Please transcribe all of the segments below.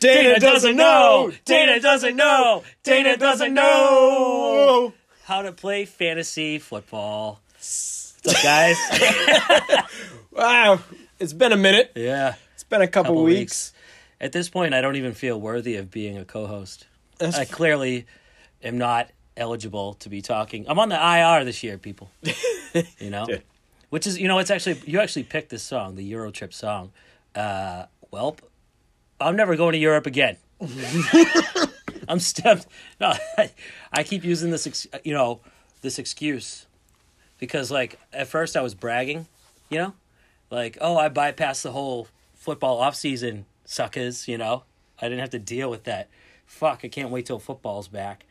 Dana doesn't know. Dana doesn't know. Dana doesn't know how to play fantasy football. What's up, guys? Wow, it's been a minute. yeah, It's been a couple, couple weeks. weeks. At this point, I don't even feel worthy of being a co-host. That's- I clearly am not eligible to be talking. I'm on the IR this year, people. you know, Dude. which is you know, it's actually you actually picked this song, the Eurotrip song. Uh, welp, I'm never going to Europe again. I'm stumped. No, I, I keep using this, ex, you know, this excuse because like at first I was bragging, you know, like oh I bypassed the whole football off season suckers, you know, I didn't have to deal with that. Fuck, I can't wait till football's back,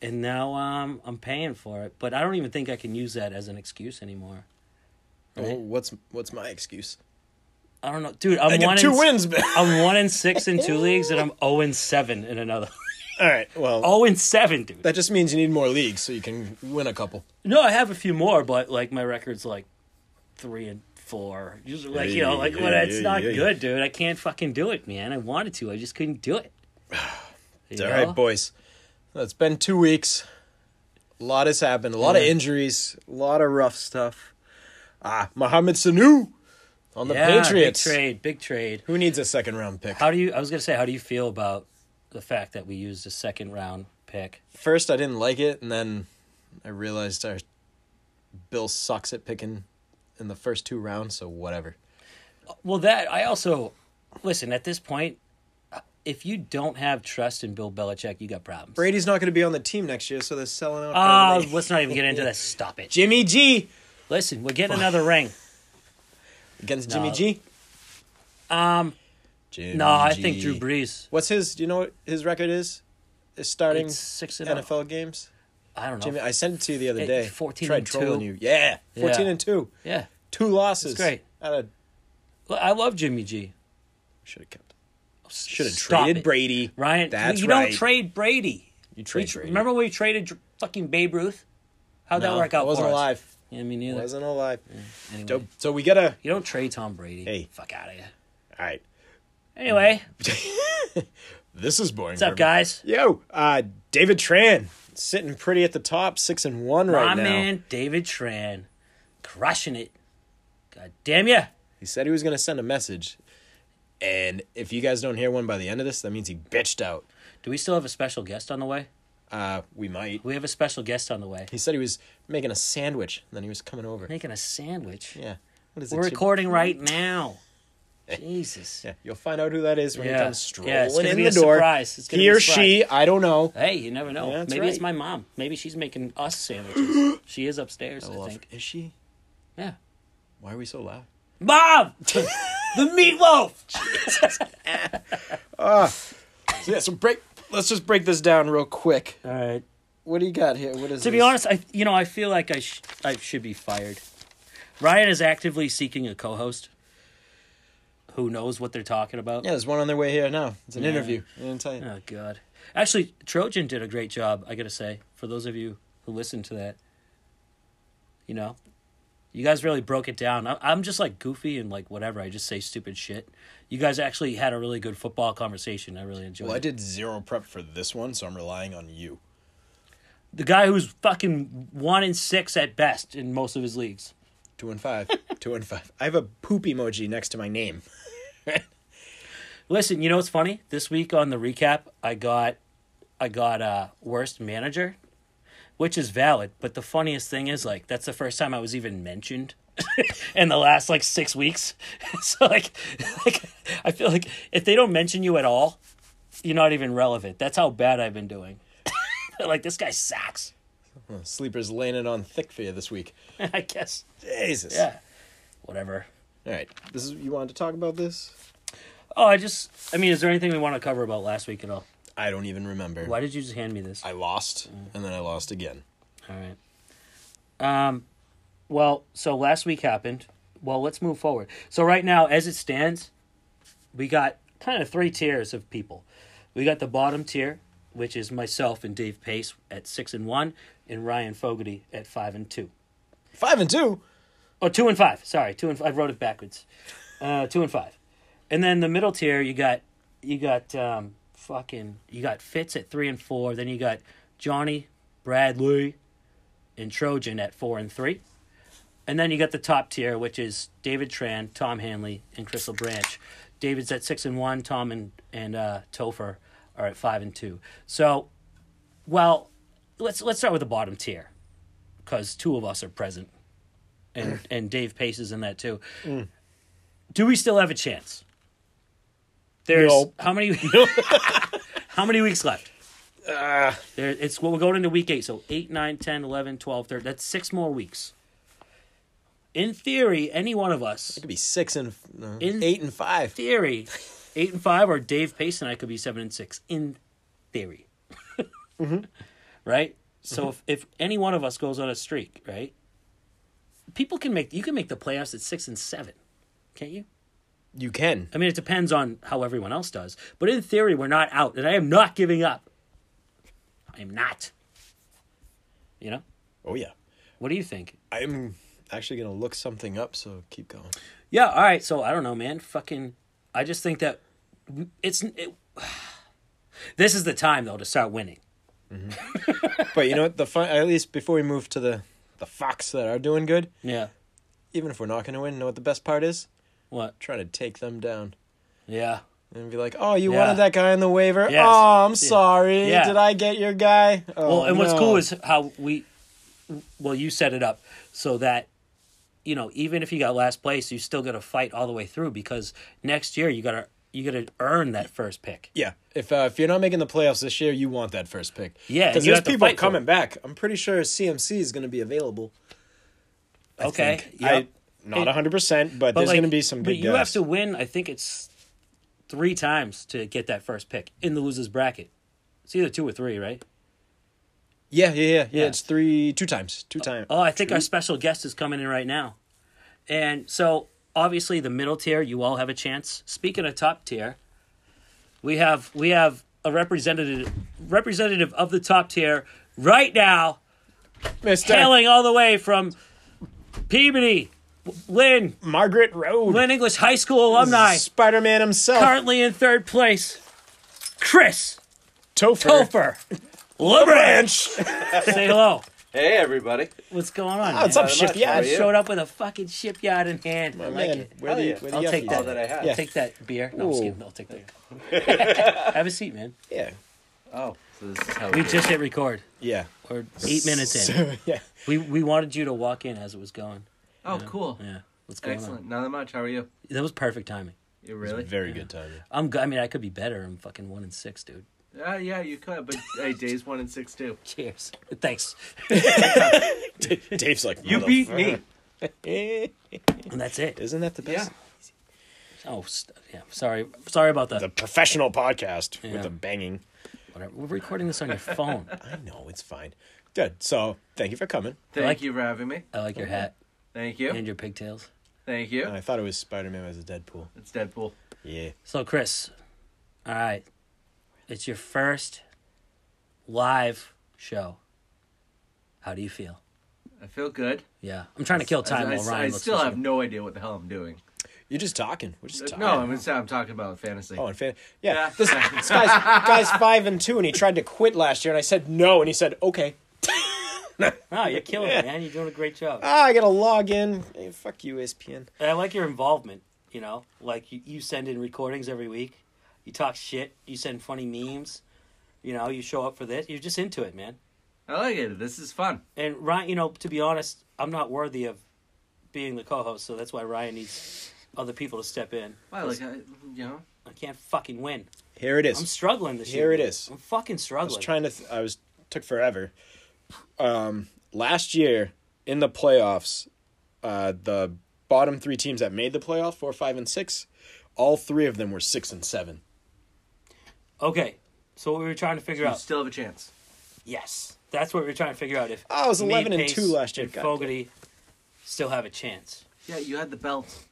and now um I'm paying for it. But I don't even think I can use that as an excuse anymore. Oh, what's what's my excuse? I don't know, dude. I'm I one get two in, wins. But... I'm one in six in two leagues, and I'm zero and seven in another. All right. Well, zero and seven, dude. that just means you need more leagues so you can win a couple. No, I have a few more, but like my record's like three and four. Usually, like you know, like Yeah, when yeah, it's yeah, not yeah. good, dude. I can't fucking do it, man. I wanted to, I just couldn't do it. You All know? right, boys. It's been two weeks. A lot has happened. A lot of injuries. A lot of rough stuff. Ah, Mohamed Sanu on the Yeah, Patriots. Big trade, big trade. Who needs a second round pick? How do you? I was gonna say, how do you feel about the fact that we used a second round pick? First, I didn't like it, and then I realized our Bill sucks at picking in the first two rounds. So whatever. Well, that I also listen at this point. If you don't have trust in Bill Belichick, you got problems. Brady's not going to be on the team next year, so they're selling out. Oh, early. let's not even get into that. Stop it. Jimmy G Listen, we're getting another ring. against No. Jimmy G. Um, Jimmy no, I think Drew G. Brees. What's his? Do you know what his record is? Is starting It's six and oh. NFL games. I don't know. Jimmy, I sent it to you the other It- day. 14 Tried and two. trolling you. Yeah, fourteen Yeah. and two. yeah, Two losses. It's great. Out of Look, I love Jimmy G. should have kept. S- Should have stop traded it. Brady. Ryan. That's you right. don't trade Brady. You We trade tr- Brady. Remember when we traded Dr- fucking Babe Ruth? How'd No, that work out? I wasn't for us? alive. Yeah, me neither. Wasn't alive. Anyway, So, so we gotta. You don't trade Tom Brady. Hey. fuck out of here. All right. Anyway, This is boring. what's up, guys? Yo, uh, David Tran sitting pretty at the top, six and one right now. My man David Tran, crushing it. God damn ya! He said he was gonna send a message, and if you guys don't hear one by the end of this, that means he bitched out. Do we still have a special guest on the way? Uh, we might. We have a special guest on the way. He said he was making a sandwich, and then he was coming over. Making a sandwich. Yeah. What is We're it? recording right now. Jesus. Yeah, you'll find out who that is when he Yeah. comes strolling Yeah, it's gonna in be the a door. surprise. It's gonna he be a or surprise. she, I don't know. Hey, you never know. Yeah, that's Maybe it's right. my mom. Maybe she's making us sandwiches. she is upstairs, I, think. Is she? Yeah. Why are we so loud? Mom! the meatloaf! Yeah, so break. Let's just break this down real quick. All right. What do you got here? What is To be honest, I you know, I feel like I sh- I should be fired. Ryan is actively seeking a co-host who knows what they're talking about. Yeah, there's one on their way here now. It's an interview. I didn't tell you. Oh god. Actually, Trojan did a great job, I got to say. For those of you who listened to that, you know, you guys really broke it down. I- I'm just like goofy and like whatever. I just say stupid shit. You guys actually had a really good football conversation. I really enjoyed Well, I it. did zero prep for this one, so I'm relying on you. The guy who's fucking one in six at best in most of his leagues. Two and five. Two and five. I have a poop emoji next to my name. Listen, you know what's funny? This week on the recap, I got I got uh worst manager, which is valid, but the funniest thing is like that's the first time I was even mentioned in the last like 6 weeks. so like, like I feel like if they don't mention you at all, you're not even relevant. That's how bad I've been doing. They're like this guy sucks. Sleeper's laying it on thick for you this week. I guess. Jesus. Yeah. Whatever. All right. This is you wanted to talk about this? Oh, I just I mean, is there anything we want to cover about last week at all? I don't even remember. Why did you just hand me this? I lost, Mm. and then I lost again. All right. Um, well, so last week happened. Well, let's move forward. So right now, as it stands, we got kind of three tiers of people. We got the bottom tier, which is myself and Dave Pace at six and one, and Ryan Fogarty at five and two. Five and two. Oh, two and five. Sorry, two and five. I wrote it backwards. Uh, two and five. And then the middle tier, you got you got um, fucking you got Fitz at three and four. Then you got Johnny, Bradley, and Trojan at four and three. And then you got the top tier, which is David Tran, Tom Hanley, and Crystal Branch. David's at six and one. Tom and and uh, Topher are at five and two. So, well, let's let's start with the bottom tier, because two of us are present, and and Dave Pace is in that too. Do we still have a chance? There's No. how many how many weeks left? There, it's well, we're going into week eight, so 8, 9, 10, 11, 12, 13. That's six more weeks. In theory, any one of us, Could be six and uh, In- eight and five. theory, eight and five, or Dave Pace and I could be seven and six. In theory, right? So if, if any one of us goes on a streak, right? People can make you can make the playoffs at six and seven, can't you? You can. I mean, it depends on how everyone else does. But in theory, we're not out, and I am not giving up. I am not. You know. Oh yeah. What do you think? I'm actually gonna look something up. So keep going. Yeah, all right. So I don't know, man. Fucking, I just think that it's. It, this is the time though to start winning. But you know what? The fun, at least before we move to the the Fox that are doing good, Yeah. even if we're not gonna win, know what the best part is? What? Trying to take them down Yeah. and be like, "Oh, you Yeah. wanted that guy on the waiver? Yes. Oh, I'm sorry. Yeah. Did I get your guy? Oh, Well, and what's no." cool is how we. Well, you set it up so that, you know, even if you got last place, you still got to fight all the way through because next year you got to you got to earn that first pick. Yeah, if uh, if you're not making the playoffs this year, you want that first pick. Yeah, and because you there's have to people fight for coming it. back. I'm pretty sure CMC is going to be available. I okay. think. Yep. I, not 100, percent but, But, there's like, going to be some good But you have guys. to win. I think it's three times to get that first pick in the losers bracket. It's either two or three, right? Yeah, yeah, yeah, yeah. Yeah. It's three, two times, two times. Oh, I think our special guest is coming in right now. And so, obviously, the middle tier, you all have a chance. Speaking of top tier, we have we have a representative representative of the top tier right now, Mister hailing all the way from Peabody, Lynn, Margaret Road, Lynn English High School alumni, Spider-Man himself, currently in third place, Chris Topher. Topher LeBranch. Say hello. Hey everybody! What's going on? Oh, what's man? up, much. Shift? Yeah, How are sure. you? Showed up with a fucking shipyard in hand. I like Man, it. where Hell do you- yeah. where do I'll you take have that. these? that I have. I'll take that beer. No, I'm just kidding. I'll take that. Have a seat, man. Yeah, Oh, so this is how We do just hit record. yeah. We're eight minutes in. So, yeah. We we wanted you to walk in as it was going. it. Oh, cool! Yeah, what's going Excellent. Not much. How are you? on? That was perfect timing. You really? Very good timing. I'm. go- I mean, I could be better. I'm fucking one and six, dude. Uh, yeah, you could, but hey, days one and six too. Cheers. Thanks. Dave's like, You beat me. me. And that's it. Isn't that the best? Yeah. Oh, st- yeah. Sorry. Sorry about that. The professional podcast Yeah. with the banging. Whatever. We're recording this on your phone. I know it's fine. Good. So thank you for coming. Thank like- you for having me. I like your hat Thank you. and your pigtails. Thank And you. I thought it was Spider Man as a Deadpool. It's Deadpool. Yeah. So, Chris, all right, it's your first live show. How do you feel? I feel good. Yeah, I'm trying to kill time I, I- while Ryan I looks. still this have up. no idea what the hell I'm doing. Uh, You're just talking. We're just talking. No, I'm, just- I'm talking about fantasy. Oh, and fan- yeah. Yeah. This, this guy's guy's five and two, and he tried to quit last year, and I said no, and he said okay. No, you're killing it, man. You're doing a great job. Uh, Ah, I gotta log in. Hey, fuck you, E ESPN. And I like your involvement. You know, like you, you send in recordings every week. You talk shit. You send funny memes. You know, you show up for this. You're just into it, man. I like it. This is fun. And Ryan, you know, to be honest, I'm not worthy of being the co-host, so that's why Ryan needs other people to step in. Why, like, I, you know, I can't fucking win. Here it is. I'm struggling this year. Here it is. I'm fucking I was struggling. trying to. Th- I was took forever. Um, last year in the playoffs, uh, the bottom three teams that made the playoff four, five, and six, all three of them were six and seven. okay, so what we were trying to figure you out. still have a chance. Yes, that's what we were trying to figure out. If I was 11 and Pace two last year. and God Fogarty still have a chance. Yeah, you had the belt.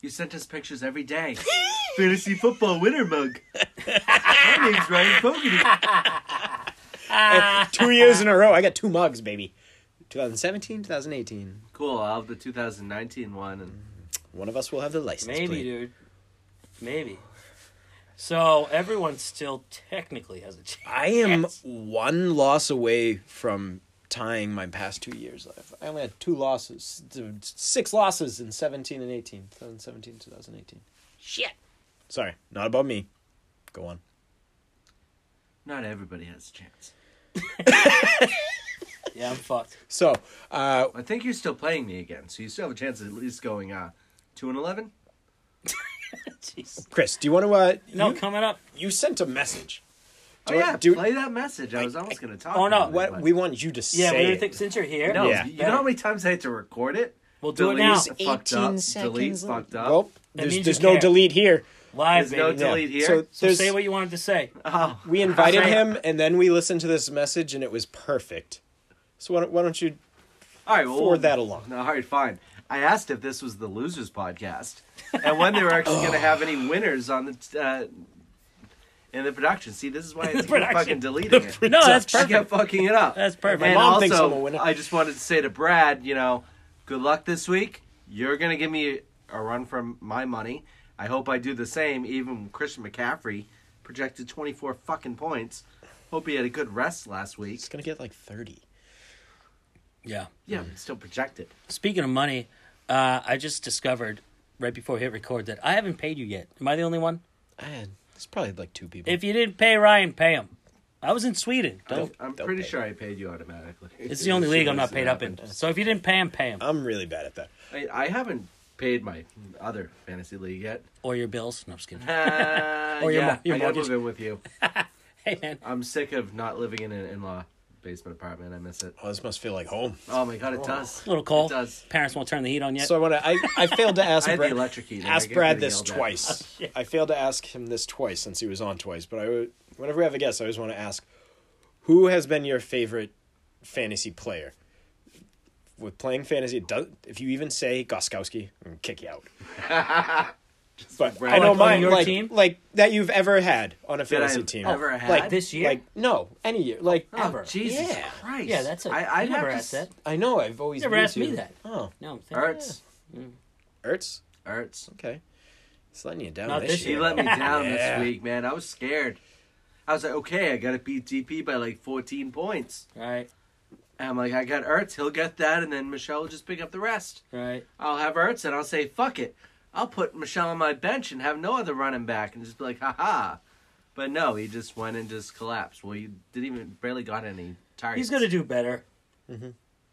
You sent us pictures every day. Fantasy football winner mug. My name's Ryan Fogarty. And two years in a row, I got two mugs, baby. 2017, 2018. Cool. I'll have the 2019 one, and One of us will have the license Maybe, plate. dude. Maybe. So everyone still technically has a chance. I am one loss away from tying my past two years. I've- I only had two losses, six losses in 17 and 18, 2017, 2018. Shit. Sorry, not about me. Go on. Not everybody has a chance. Yeah, I'm fucked. So, uh, I think you're still playing me again, so you still have a chance of at least going uh, two and eleven. Jeez. Chris, do you want to? Uh, No, you, coming up. you sent a message. Oh Do you- yeah, do- play that message. I was almost gonna talk. Oh, no, about it, What but- we want you to Yeah, say. we it. think since you're here. No, Yeah. you know how many times I had to record it? We'll do it Delete, now. Fucked 18 up, delete, seconds later. fucked up. well, there's means there's you no care. delete here. Live, There's no baby. Yeah. delete here. So So there's say what you wanted to say. oh, we invited him, and then we listened to this message, and it was perfect. So why don't, why don't you all right, well, forward that along? No, all right, fine. I asked if this was the losers podcast and when they were actually going to have any winners on the uh, in the production. See, this is why I keep production. fucking deleting it. No, that's I perfect. kept fucking it up. That's perfect. And My mom also, thinks I'm a winner. I just wanted to say to Brad, you know, good luck this week. You're gonna give me a run for my money. I hope I do the same. Even Christian McCaffrey projected 24 fucking points. Hope he had a good rest last week. It's gonna get like thirty. Yeah. Yeah, but still projected. Speaking of money, uh, I just discovered right before we hit record that I haven't paid you yet. Am I the only one? Ah, It's probably like two people. If you didn't pay Ryan, pay him. I was in Sweden. Don't. I'm don't pretty pay. sure I paid you automatically. It's the only As league soon I'm as not it paid up in. happened. Uh, So if you didn't pay him, pay him. I'm really bad at that. I, I haven't paid my other fantasy league yet. Or your bills. No, I'm just kidding. Uh, Or your yeah, mo- your I gotta mortgage. move in with you. Hey, man. I'm sick of not living in an in-law basement apartment. I miss it. Oh, this must feel like home. Oh my god, it does. A little cold. It does. Parents won't turn the heat on yet. So I want to. I, I failed to ask I had the Brad, electric heat. and I ask get Brad pretty this yelled at. Oh, twice. I failed to ask him this twice since he was on twice. But I, would- whenever we have a guest, I always want to ask, who has been your favorite fantasy player? With playing fantasy, it does, if you even say Goskowski, I'm gonna kick you out. but I Brad. know Like on mine, your like team? like that you've ever had on a fantasy I've team, ever had? like This year? like no, any year, like Oh, Ever. Jesus Yeah. Christ. yeah, that's it. I, I'd You never have to asked that. s- I know I've always You never knew asked me to. that. Oh, No, I'm thinking. Ertz. Ertz, Ertz. okay, he's letting you down Not this this year. He let me down Yeah. this week, man. I was scared. I was like, okay, I got to beat DP by like 14 points. Right, And I'm like, I got Ertz. He'll get that, and then Michelle will just pick up the rest. right. I'll have Ertz, and I'll say, fuck it. I'll put Michelle on my bench and have no other running back, and just be like, haha. But no, he just went and just collapsed. Well, you didn't even barely got any targets. He's going to do better.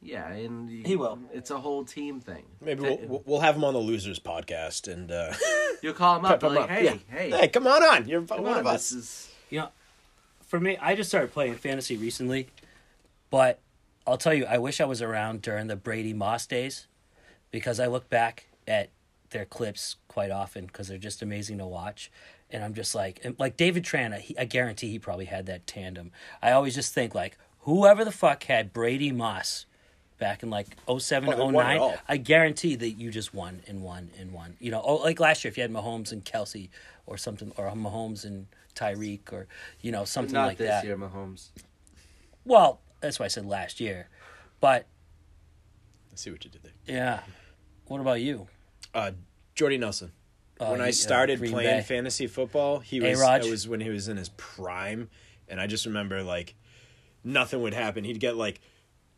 Yeah, and you- He will. It's a whole team thing. Maybe we'll- we'll, we'll have him on the Losers podcast and uh, You'll call him up, pep him like, up. hey, Yeah. hey, hey, come on on. You're come one on, of us. this is You know, for me, I just started playing fantasy recently, but I'll tell you, I wish I was around during the Brady Moss days because I look back at their clips quite often because they're just amazing to watch. And I'm just like, and like David Tran, he, I guarantee he probably had that tandem. I always just think, like, whoever the fuck had Brady Moss back in like 07, Oh, they won it 09, all. I guarantee that you just won and won and won. You know, oh, like last year, if you had Mahomes and Kelsey or something, or Mahomes and Tyreek or, you know, something not like this that. year, Mahomes. Well, that's why I said last year. But I see what you did there. yeah, what about you? Uh, Jordy Nelson. Oh, when he- I uh, started Green playing Bay. fantasy football, he was A-Rod. it was when he was in his prime, and I just remember like nothing would happen. He'd get like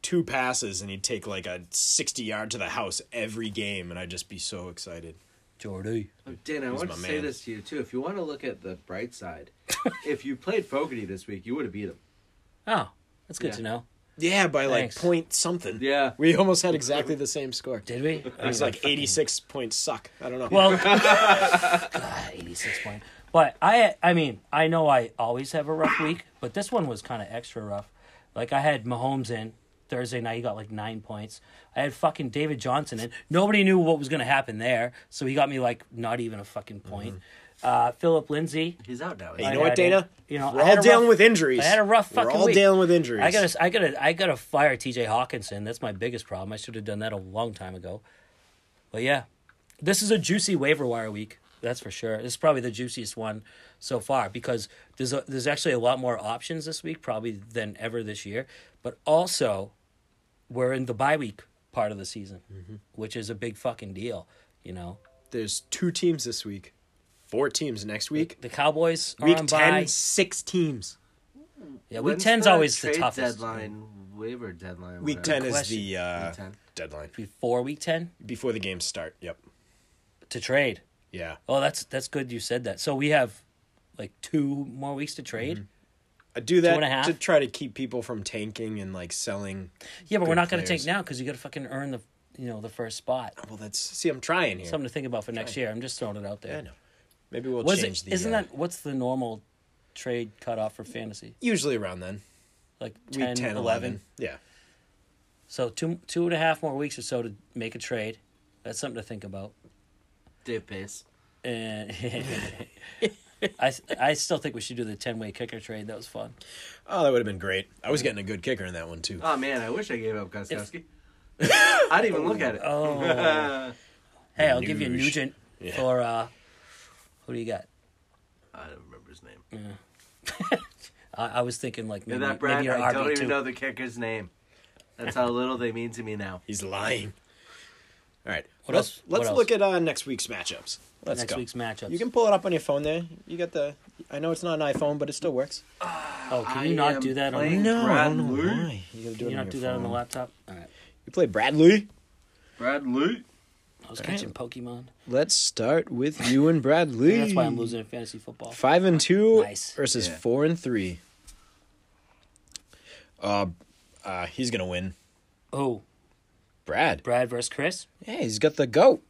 two passes and he'd take like a sixty yard to the house every game, and I'd just be so excited. Jordy. Oh, Dan, I want my to say man. this to you too. If you want to look at the bright side, if you played Fogarty this week, you would have beat him. Oh, that's good Yeah. to know. Yeah, by like Thanks. point something. Yeah. we almost had exactly the same score. It Did we? was like eighty six points. Suck. I don't know. Well, God, 86 point. But I, I mean, I know I always have a rough week, but this one was kind of extra rough. Like I had Mahomes in Thursday night; he got like nine points. I had fucking David Johnson in. Nobody knew what was gonna happen there, so he got me like not even a fucking point. Uh, Philip Lindsay. He's out now. you I know what, had Dana? a- you know, we're I had all a dealing rough- with injuries. I had a rough We're fucking all week. dealing with injuries. I gotta, I gotta, I gotta fire T.J. Hawkinson. That's my biggest problem. I should have done that a long time ago. But yeah, this is a juicy waiver wire week. That's for sure. This is probably the juiciest one so far because there's a, there's actually a lot more options this week probably than ever this year. But also, we're in the bye week part of the Mm-hmm. season, which is a big fucking deal. You know, There's two teams this week Four teams next week. The Cowboys are Week on 10, bye. six teams. Yeah, week When's 10's the always the trade toughest. Deadline, waiver deadline. Week whatever. 10 is question. the uh, Week 10. deadline Before week 10 before the games start. Yep. to trade. Yeah. Oh, that's that's good you said that. So we have like two more weeks to trade. Mm-hmm. I do that and a half? to try to keep people from tanking and like selling. Yeah, but Good we're not going to players. take now because you got to fucking earn the you know the first spot. Well, that's see, I'm trying here. Something to think about for next year. I'm just throwing it out there. I know. Maybe we'll Was change it? the. Isn't uh, that what's the normal trade cutoff for fantasy? usually around then? Like Week 10, 10, 11. 11. Yeah. So two two and a half more weeks or so to make a trade. That's something to think about. Dave Pace. And I I still think we should do the ten way kicker trade. That was fun. Oh, that would have been great. I was getting a good kicker in that one too. Oh man, I wish I gave up Gostowski. I didn't even look at it. Oh. Hey, I'll give you Nuge. Nugent Yeah. for uh, who do you got? I don't remember his name. I, I was thinking like Look maybe, at that, Brad. maybe your I don't RB even two. know the kicker's name. That's how little they mean to me now. He's lying. All right. What let's else? let's What else? look at uh, next week's matchups. Let's Next go. week's matchups. You can pull it up on your phone there. You got the. I know it's not an iPhone, but it still works. oh, can you I not am do that playing- on? No, I don't know Bradley. why. You gotta do Can it you on not your do that on the phone. laptop? All right. You play Bradley. Bradley. I was catching Pokemon. Let's start with you and Bradley. That's why I'm losing in fantasy football. Five and two Nice. versus Yeah. four and three. Uh, uh, he's gonna win. Oh, Brad. Brad versus Chris. Yeah, he's got the goat.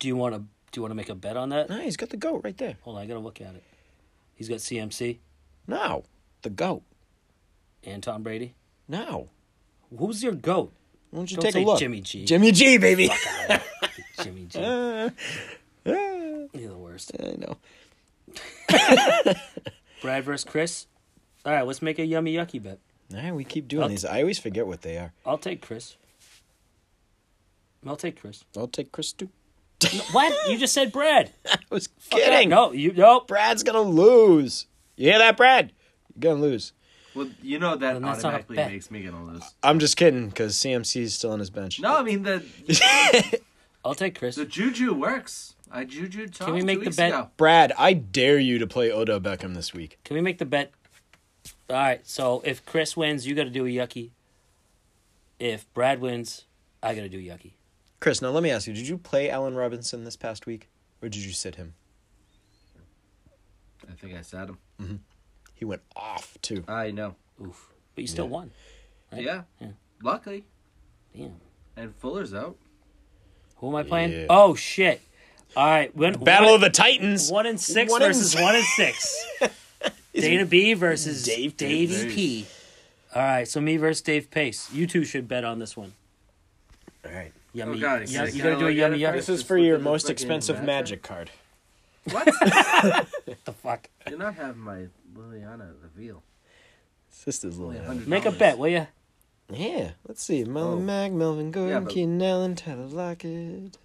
Do you want to do you want to make a bet on that? No, he's got the goat right there. Hold on, I gotta look at it. He's got CMC No, the goat. and Tom Brady. No. Who's your goat? Why don't you Don't take say a look? Jimmy G. Jimmy G, baby. Jimmy G. Ah, You're the worst. I know. Brad versus Chris. All right, let's make a yummy yucky bet. All right, we keep doing these. I always forget what they are. I'll take Chris. I'll take Chris. I'll take Chris too. What? You just said Brad. I was Fuck that. kidding. No, you nope. Brad's gonna lose. You hear that, Brad? You're gonna lose. Well, you know that Then that's not a automatically bet. makes me gonna lose. I'm just kidding, because CMC's still on his bench. No, I mean the I'll take Chris. the juju works. I juju Tom. we make two the weeks bet? ago. Brad, I dare you to play Odo Beckham this week. Can we make the bet? All right. So if Chris wins, you got to do a yucky. If Brad wins, I got to do a yucky. Chris, now let me ask you: Did you play Allen Robinson this past week, or did you sit him? I think I said him. He went off too. I know. Oof. But you still won. Right? Yeah. Yeah. Luckily, Damn. and Fuller's out. Who am I playing? Yeah. Oh shit! All right. When, Battle one, of the Titans. one and six One and versus six. one and six. Dana B versus Dave Dave P. Davey P. All right. So me versus Dave Pace. You two should bet on this one. All right. Yummy. Oh, God, it's yeah, like you got to kinda do a like yummy that at yucky. This first. is Just for look your at the most fucking expensive matchup. magic card. What? the fuck. You're not having my Liliana reveal. This is Only little. $100. Make a bet, will ya? Yeah, let's see. Melon Oh. Mac, Melvin Gordon, Yeah, but- Keenan Allen, Tyler Lockett.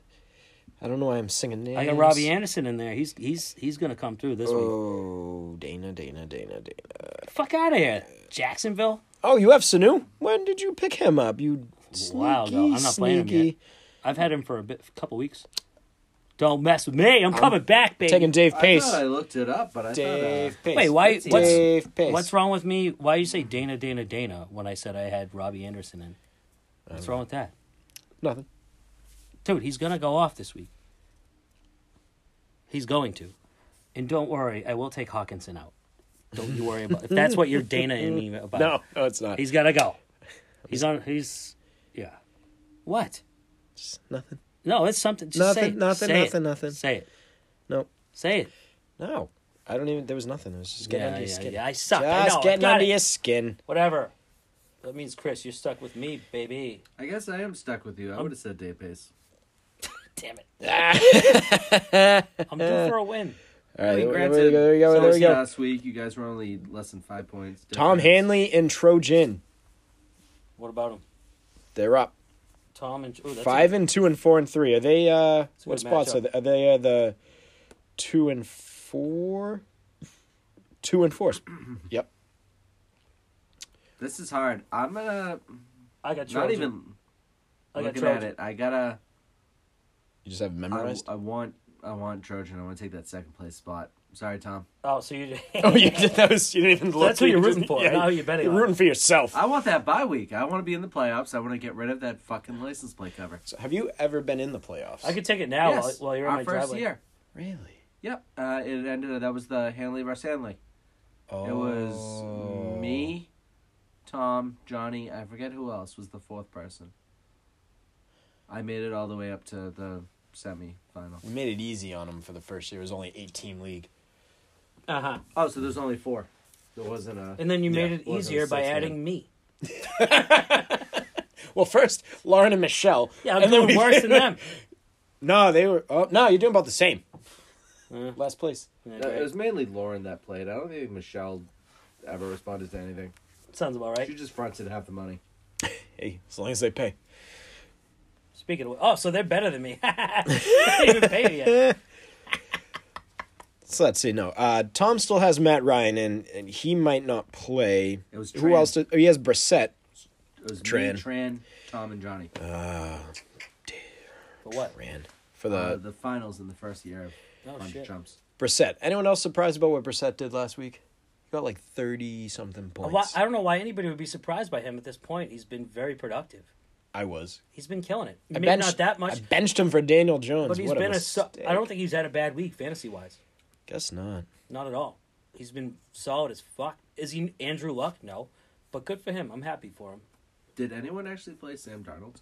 I don't know why I'm singing names. I got Robbie Anderson in there. He's he's he's gonna come through this week. Oh, Dana, Dana, Dana, Dana. Fuck out of here, Jacksonville. Oh, you have Sanu? When did you pick him up? You sneaky, Wow, no, I'm not playing him sneaky. yet. I've had him for a bit, a couple weeks. Don't mess with me. I'm coming back, baby. Taking Dave I Pace. thought I looked it up, but I uh, Dave Pace. Wait, why? Let's see. What's Dave Pace. what's wrong with me? Why you say Dana, Dana, Dana when I said I had Robbie Anderson in? What's Um, wrong with that, Nothing. dude? He's gonna go off this week. He's going to, and don't worry, I will take Hawkinson out. Don't you worry about if that's what you're Dana in me about. No, no, it's not. he's gotta go. He's on. He's yeah. What? It's nothing. No, it's something. Just Nothing, say it. nothing, Say it. nothing, nothing. Say it. Nope. Say it. No. I don't even. There was nothing. It was just getting Yeah, under your yeah, skin. yeah, I suck. I Just know, I getting got under it. your skin. Whatever. That means Chris, you're stuck with me, baby. I guess I am stuck with you. I would have said Dave Pace. Damn it. I'm due for a win. All right, I there, mean, we- granted, there we go. There we go. so There was we go. Last week, you guys were only less than five points. Tom difference. Hanley and Trojan. What about him? They're up Tom and ooh, that's five A, and two and four and three. Are they? uh a What good spots are they? matchup. Are they uh, the two and four? Two and four. yep. This is hard. I'm gonna I got not Trojan. even I got looking Trojan. at it. I gotta. You just have it I, uh, memorized. I want I want Trojan. I want to take that second place spot. Sorry, Tom. Oh, so you. Oh, you did that was you didn't even look. That's who You you're just- rooting for. Now you're betting on rooting for yourself. I want that bye week. I want to be in the playoffs. I want to get rid of that fucking license plate cover. So have you ever been in the playoffs? I could take it now yes, while, while Oh, you're our on my first driveway. year. really. Yep. Uh, it ended. That was the Hanley versus Hanley. Oh. It Oh. was me, Tom, Johnny. I forget who else was the fourth person. I made it all the way up to the semi final. We made it easy on them for the first year. It was only eight team league. Uh huh. Oh, so there's only four. There wasn't a. And then you Yeah, made it wasn't easier by six, man. adding me. Well, first Lauren and Michelle. Yeah, I'm and doing we- worse than them. No, they were. Oh, no, you're doing about the same. Last place. No, it was mainly Lauren that played. I don't think Michelle ever responded to anything. Sounds about She right. just fronted half the money. Hey, as long as they pay. Speaking of, oh, so they're better than me. they didn't even pay me yet. So let's see. No, uh, Tom still has Matt Ryan, and, and he might not play. It was who Tran. else? Did, oh, he has Brissett. It was Tran. me, Tran, Tom, and Johnny. For what? Ran for the Uh, the finals in the first year of Oh, Bunch shit. Jumps. Brissett. Anyone else surprised about what Brissett did last week? He got like thirty something points. Why, I don't know why anybody would be surprised by him at this point. He's been very productive. I was. He's been killing it. I Maybe not that much, I benched him for Daniel Jones. but he's what been a, a. Su- mistake. I don't think he's had a bad week fantasy wise. Guess not. Not at all. He's been solid as fuck. Is he Andrew Luck? No, but good for him. I'm happy for him. Did anyone actually play Sam Darnold?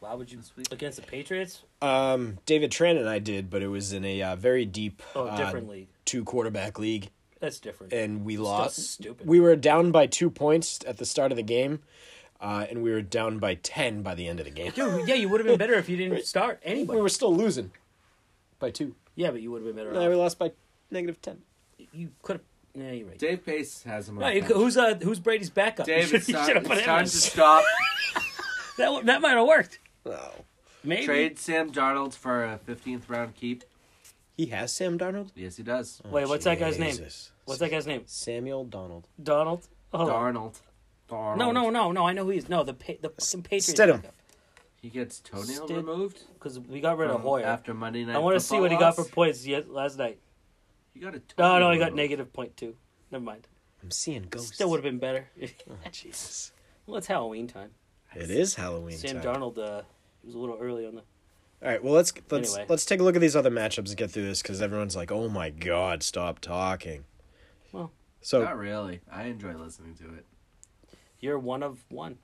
Why would you This week? against the Patriots? Um, David Tran and I did, but it was in a uh, very deep, Oh, uh, different league. two quarterback league, That's different. and we Still lost. stupid. We were down by two points at the start of the game, uh, and we were down by ten by the end of the game. Dude, yeah, you would have been better if you didn't start anybody. We were still losing by two. Yeah, but you would have been better No, we off. lost by negative ten. You could have. Yeah, you're right. Dave Pace has him. No, on you bench. could, who's uh, who's Brady's backup? Dave, you it's, should, time- have put it's him time in. to stop. That, would- that might have worked. No, Maybe. Trade Sam Darnold for a 15th round keep. he has Sam Darnold. Oh, Yes, he does. Wait, what's that guy's name? Jesus. What's that guy's name? Samuel Donald. Donald? Hold on. Darnold. Darnold. Oh. No, no, no, no. I know who he is. No, the pa- the fucking Patriots. Stidham. He gets toenail Stid- removed Because we got rid of from- Hoyer. after Monday night. I want to see Football what he got for loss. points yet last night. He got a No, toenail no, he got removed. negative point two. Never mind. I'm seeing ghosts. Still would have been better. Oh, Jesus. well, it's Halloween time. It is Halloween Sam time. Darnold uh, he was a little early on the. All right, well let's let's Anyway. let's take a look at these other matchups and get through this because everyone's like, "Oh my God, stop talking." Well. so Not really. I enjoy listening to it. You're one of one.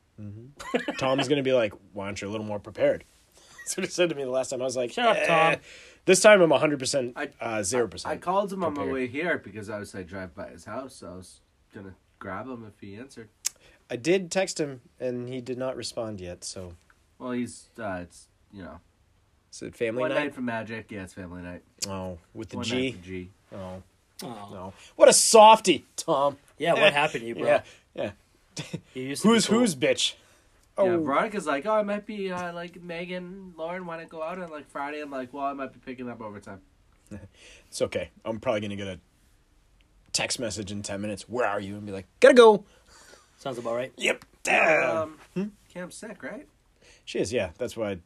Tom's gonna be like, "Why aren't you a little more prepared?" That's what he said to me the last time. I was like, Shut up, "Eh." Tom. This time I'm 100 percent, uh, I- zero I percent. called him on my Prepared. way here because I was I drive by his house. So I was gonna grab him if he answered. I did text him and he did not respond yet. So Well, he's uh, it's you know is it family one night? night? for Magic. Yeah, it's family night. Oh, with the one G. night for G. Oh Oh. no, what a softy, Tom. Yeah, what happened to you, bro? Yeah, yeah. You used to be Who's cool. who's bitch? Yeah, Oh, Veronica's like, oh, I might be uh, like Megan, Lauren, want to go out on like Friday? I'm like, well, I might be picking up overtime. it's okay. I'm probably gonna get a text message in 10 minutes. Where are you? And be like, gotta go. Sounds about right. Yep. Damn. Um, Cam's sick, right? She is, yeah. That's why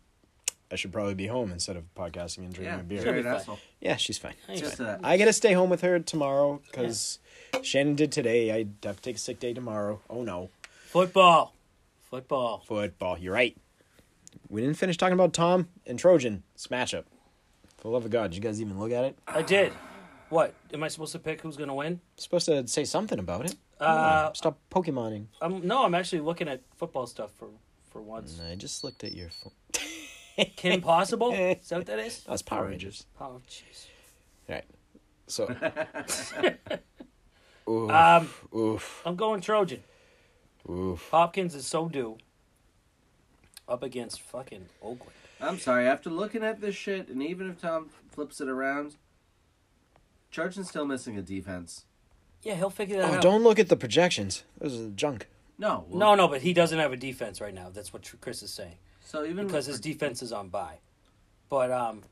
I, should probably be home instead of podcasting and drinking Yeah, a beer. sure, be an fine. asshole. Yeah, she's fine. She's Just fine. that. I gotta stay home with her tomorrow because Shannon did today. I have to take a sick day tomorrow. Oh no, Football. Football. football. You're right. We didn't finish talking about Tom and Trojan smash up. For the love of God, did you guys even look at it? I did. What? Am I supposed to pick who's going to win? supposed to say something about it. Uh, Stop Pokemoning. I'm, no, I'm actually looking at football stuff for, for once. I just looked at your phone. Kim Possible? Is that what that is? Oh, it's Power Rangers. Oh, jeez. All right. So. oof, Um, oof, I'm going Trojan. oof. Hopkins is so due up against fucking Oakland. I'm sorry. After looking at this shit, and even if Tom flips it around, Trojan's still missing a defense. Yeah, he'll figure that Oh, out. don't look at the projections. Those are junk. No, well, No, no, but he doesn't have a defense right now. That's what Tr- Chris is saying. So even because his defense is on bye. But um,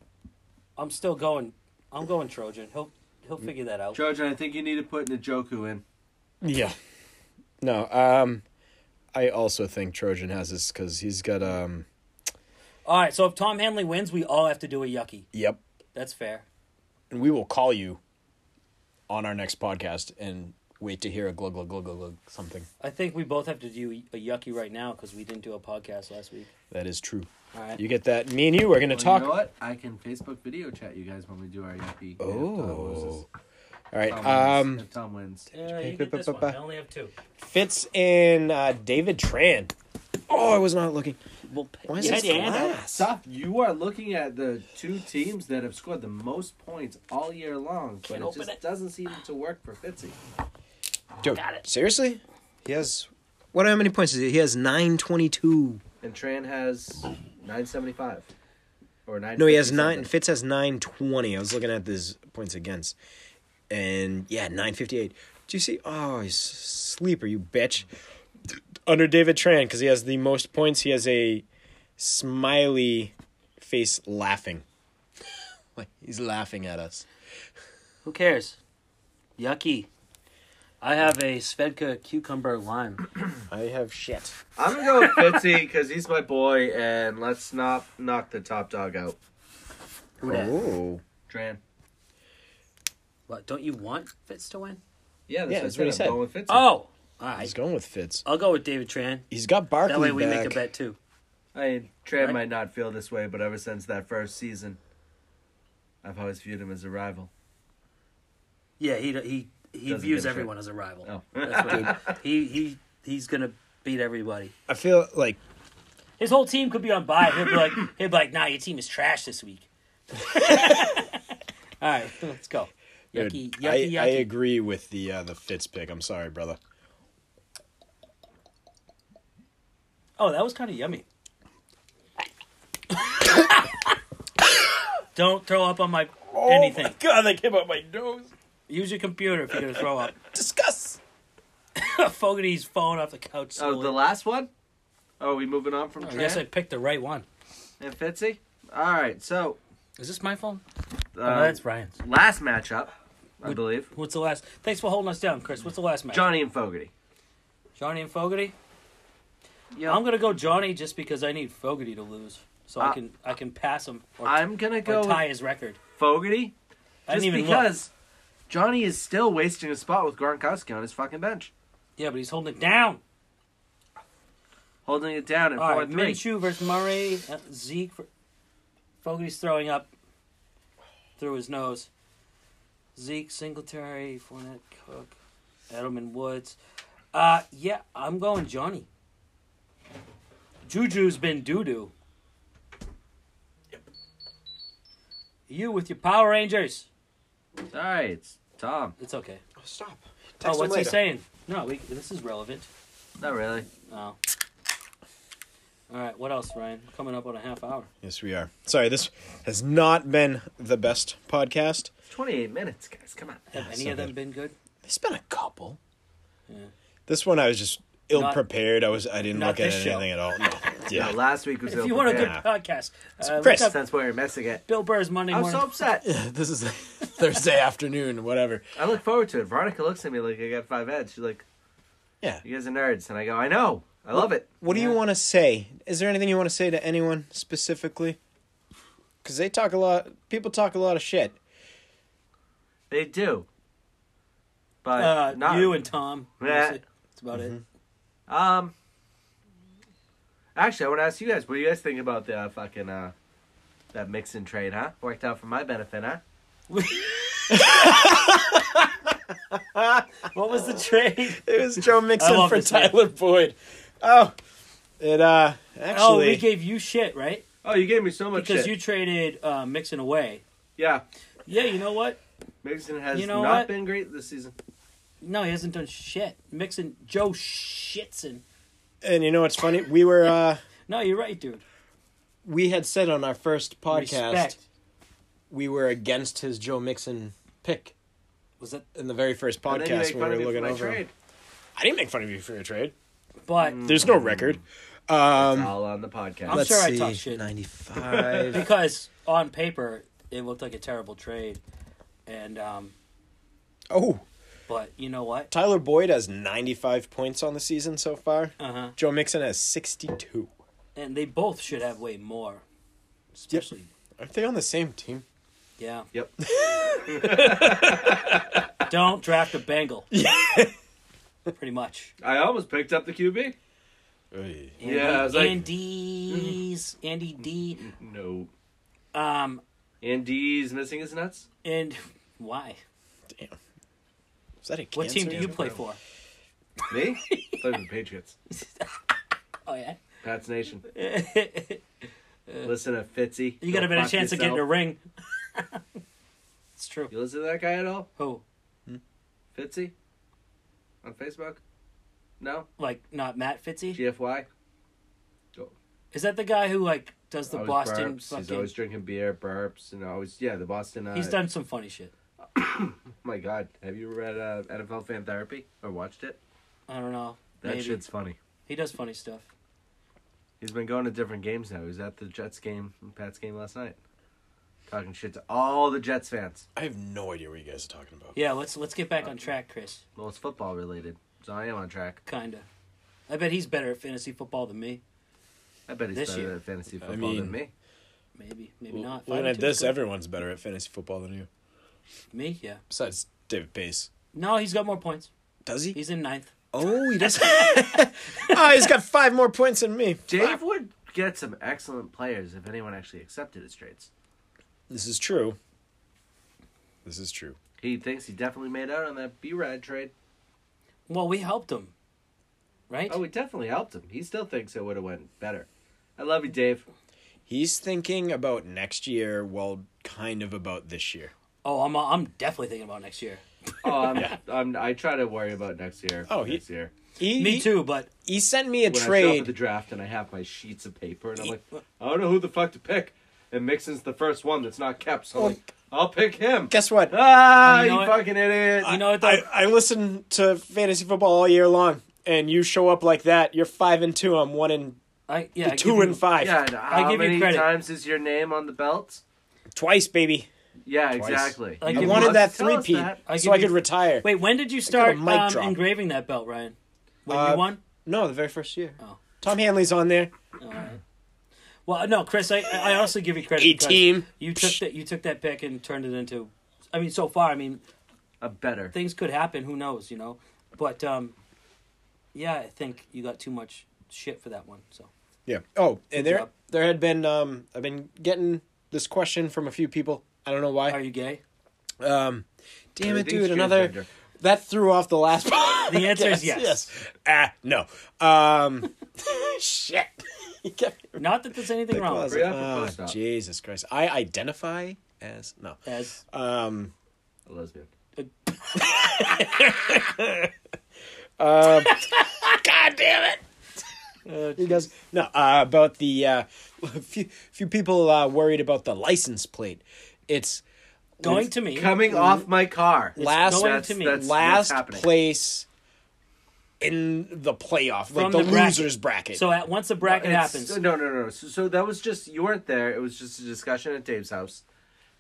I'm still going. I'm going Trojan. He'll he'll figure that out. Trojan, I think you need to put Njoku in. Yeah. No. Um, I also think Trojan has this because he's got um. All right. So if Tom Hanley wins, we all have to do a yucky. Yep. That's fair. and we will call you on our next podcast and wait to hear a glug glug glug glug, glug something. I think we both have to do a yucky right now because we didn't do a podcast last week. That is true. All right. You get that? Me and you are going to Well, talk. you know what? I can Facebook video chat you guys when we do our EP. oh. All right. Tom wins. Um, If Tom wins. Yeah, Pick you get up this a one. bu- I only have two. Fitz and uh, David Tran. Oh, I was not looking. Well, Why is yeah, this Dan, I- last? Stop. You are looking at the two teams that have scored the most points all year long, but Can't it open just it. doesn't seem to work for Fitzy. Dude, seriously? He has. What? How many points is he? He has nine twenty-two. And Tran has 975. Or 9 No, he has nine. Fitz has nine twenty. I was looking at his points against, and yeah, nine fifty-eight. Do you see? Oh, he's sleeper, you bitch. Under David Tran, because he has the most points. He has a smiley face, laughing. like he's laughing at us. Who cares? Yucky. I have a Svedka cucumber lime. I have shit. I'm going to go with Fitzy because he's my boy, and let's not knock the top dog out. Who dat? Oh, Tran. What, don't you want Fitz to win? Yeah, that's, Yeah, that's what what I he said. said. I'm going with Fitzy. Oh, all right. he's going with Fitz. I'll go with David Tran. He's got Barkley That way we back. make a bet too. I mean, Tran Right. might not feel this way, but ever since that first season, I've always viewed him as a rival. Yeah, he he he Doesn't views give a everyone as a rival. Oh. That's what he, he he's gonna beat everybody. I feel like His whole team could be on bye. He'll be like he'll be like, nah, your team is trash this week. all right, let's go. Dude, Yucky, I, yucky, I yucky. agree with the uh, the Fitz pick. I'm sorry, brother. Oh, that was kind of yummy. Don't throw up on my anything. Oh God, that came out my nose. Use your computer if you're gonna throw up. Discuss. Fogarty's falling off the couch. Oh, Slowly. the last one? Oh, are we moving on from I Tran guess I picked the right one. and Fitzy? All right, so Is this my phone? uh, oh, that's Ryan's. last matchup, I Would- believe. What's the last? Thanks for holding us down, Chris. What's the last match? Johnny and Fogarty. Johnny and Fogarty. Yeah, I'm I'm, gonna go Johnny just because I need Fogarty to lose, so I Uh, can I can pass him or, gonna go or with tie his record. Fogarty I just didn't even look. because Johnny is still wasting a spot with Gronkowski on his fucking bench, Yeah, but he's holding it down. holding it down at All four right, and three. Minshew versus Murray. Uh, Zeke. For... Fogarty's throwing up through his nose. Zeke, Singletary, Fournette, Cook, Edelman, Woods. Uh, yeah, I'm going Johnny. Juju's been doo doo. You with your Power Rangers. All right, it's Tom. It's okay. Stop. oh, what's he saying? No, we, this is relevant. Not really. Oh. All right, what else, Ryan? We're coming up on a half hour. Yes, we are. Sorry, this has not been the best podcast. Twenty-eight minutes, guys. Come on. Have any so of them good. been good? There's been a couple. Yeah. This one I was just ill prepared. I was I didn't not look at this show. anything at all. No. Yeah. Yeah. last week was If ill you want a good prepared. Yeah. podcast, uh, Chris. look up That's why we're missing it. Bill Burr's Monday I'm morning. so upset. this is Thursday afternoon, whatever. I look forward to it. Veronica looks at me like I got five heads. She's like, Yeah. "You guys are nerds," and I go, "I know. I love it." What do you Yeah. want to say? Is there anything you want to say to anyone specifically? Because they talk a lot. People talk a lot of shit. They do. But uh, not you and Tom. Yeah. mostly. That's about it. Um. Actually, I want to ask you guys. What do you guys think about the uh, fucking uh, that mix and trade? Huh? Worked out for my benefit, huh? Mm-hmm. What was the trade? It was Joe I Mixon love for this man. Tyler Boyd. Oh, it uh actually oh, we gave you shit, right? Oh, you gave me so much Because shit. you traded uh, Mixon away. yeah, Yeah, you know what? Mixon has You know not what? been great this season. No, he hasn't done shit. Mixon, Joe Shitson. and you know what's funny? We were uh No, you're right, dude. we had said on our first podcast Respect. we were against his Joe Mixon pick Was that? in the very first And then you podcast make when fun we were of me for looking my over. him. trade. I didn't make fun of you for your trade. But There's no record. It's Um, all on the podcast. I'm let's sure I see, talked shit. Ninety-five. because on paper it looked like a terrible trade, and um, oh, but you know what? Tyler Boyd has ninety-five points on the season so far. Uh Uh-huh. huh. Joe Mixon has sixty-two. And they both should have way more, especially Aren't they on the same team? Yeah. Yep. Don't draft a Bengal. Pretty much. I almost picked up the QB. Oy. Yeah, I was like- mm-hmm. Andy's Andy D. No. Um, And D's missing his nuts. and why? Damn. Is that a cancer? What team do you play for? Me? Played for the Patriots. Oh yeah, Pat's Nation. Listen to Fitzy. you got a Go better fuck chance of getting a yourself. ring. it's true. You listen to that guy at all? Who? Fitzy? On Facebook? No? Like not Matt Fitzy? GFY? Is that the guy who like does the Always Boston burps. He's fucking? always He's, drinking beer, burps, and always, yeah, the Boston. Uh, done some funny shit. Oh my God. Have you read uh, NFL Fan Therapy or watched it? I don't know. That Maybe shit's funny. he does funny stuff. He's been going to different games now. He was at the Jets game, Pat's game last night, talking shit to all the Jets fans. I have no idea what you guys are talking about. Yeah, let's let's get back on track, Chris. Well, it's football related, so I am on track. Kinda. I bet he's better at fantasy football than me. I bet he's This better year. at fantasy football mean- than me. Maybe, maybe Well, not. Looking Five or at two this, is good. everyone's better at fantasy football than you. me, yeah. Besides David Pace. No, he's got more points. Does he? He's in ninth. Oh, he does. oh, he's got five more points than me. Dave would get some excellent players if anyone actually accepted his trades. This is true. This is true. He thinks he definitely made out on that B Rad trade. Well, we helped him, right? Oh, we definitely helped him. He still thinks it would have went better. I love you, Dave. He's thinking about next year while kind of about this year. oh, I'm I'm definitely thinking about next year. Oh, I'm, I'm, I try to worry about next year. Oh, he- next year. He, Me too, but He, he sent me a When I show up at trade. the draft and I have my sheets of paper and I'm like, I don't know who the fuck to pick. And Mixon's the first one that's not kept, so I'm like, I'll pick him. Guess what? Ah, You you, know what? fucking idiot. you know what? Though? I, I listen to fantasy football all year long, and you show up like that. You're five and two. I'm one and I- yeah, I give two you- and five. Yeah, and I how give you many credit. times is your name on the belt? Twice, baby. Yeah, Twice. exactly. I You I give must wanted that tell three us P that. I so give I you- could retire. Wait, when did you start mic um, drop. engraving that belt, Ryan? When Uh, you won? No, the very first year. Oh. Tom Hanley's on there. Well, no, Chris. I I also give you credit. because 18. You took that. You took that pick and turned it into. I mean, so far, I mean, A better. things could happen. Who knows? You know, but um, yeah, I think you got too much shit for that one. So Yeah. Oh, and there job. there had been um I've been getting this question from a few people. I don't know are why. you gay? Um damn it, Everything's dude, another transgender. that threw off the last part. The answer is yes. Ah, no. Um shit. You kept me Not that there's anything wrong close. with Hurry it. up and Ah, post op. Jesus Christ. I identify as no. As Uh, Um A lesbian. God damn it. He goes Oh, no uh, about the uh, few few people uh, worried about the license plate. It's going to me. Coming off my car. last going That's- to me. that's- what's last happening. place in the playoff, like From the, the bracket. losers bracket. So at, once the bracket It's- happens, No, no, no. no. So, so that was just you weren't there. It was just a discussion at Dave's house,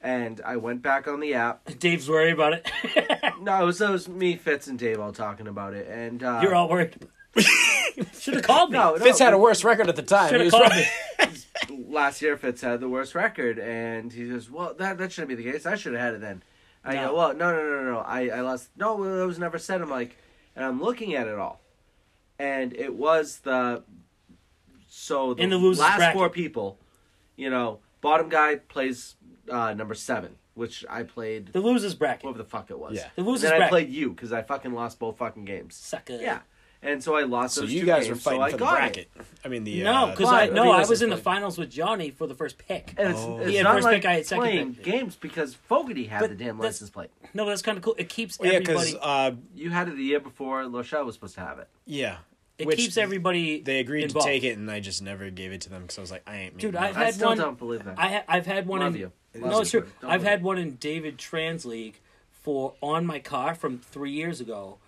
and I went back on the app. Dave's worried about it. No, it was, it was me, Fitz, and Dave all talking about it, and uh, You're all worried. Should have called me. No, no. Fitz had a worse record at the time. Should He have was called right. me. last year Fitz had the worst record, and he says, "Well, that that shouldn't be the case. I should have had it then." I No. go, "Well, no, no, no, no, no. I I lost. No, well, that was never said." I'm like, and I'm looking at it all, and it was the so the, In the losers last bracket. four people, you know, bottom guy plays uh, number seven, which I played The losers bracket. whatever the fuck it was. Yeah. The And losers then I bracket. played you because I fucking lost both fucking games. Sucker. Yeah. And so I lost. So those you two guys games, were so fighting I for the got it. bracket. I mean the No, uh, because I Clyde, no, the I was losers in the play. finals with Johnny for the first pick. And it's, it's He had not first like pick, I had second playing pick. games because Fogarty had But the damn that's- license plate. No, that's kind of cool. It keeps yeah, everybody. because uh, You had it the year before. Lochelle was supposed to have it. yeah, it which keeps everybody. They agreed involved. to take it, and I just never gave it to them because I was like, I ain't. Dude, meeting I've that. I had still one. don't believe that. I ha- I've had one Love in. you. no, Love it's you, true. but don't I've worry. had one in David Trans League for on my car from three years ago.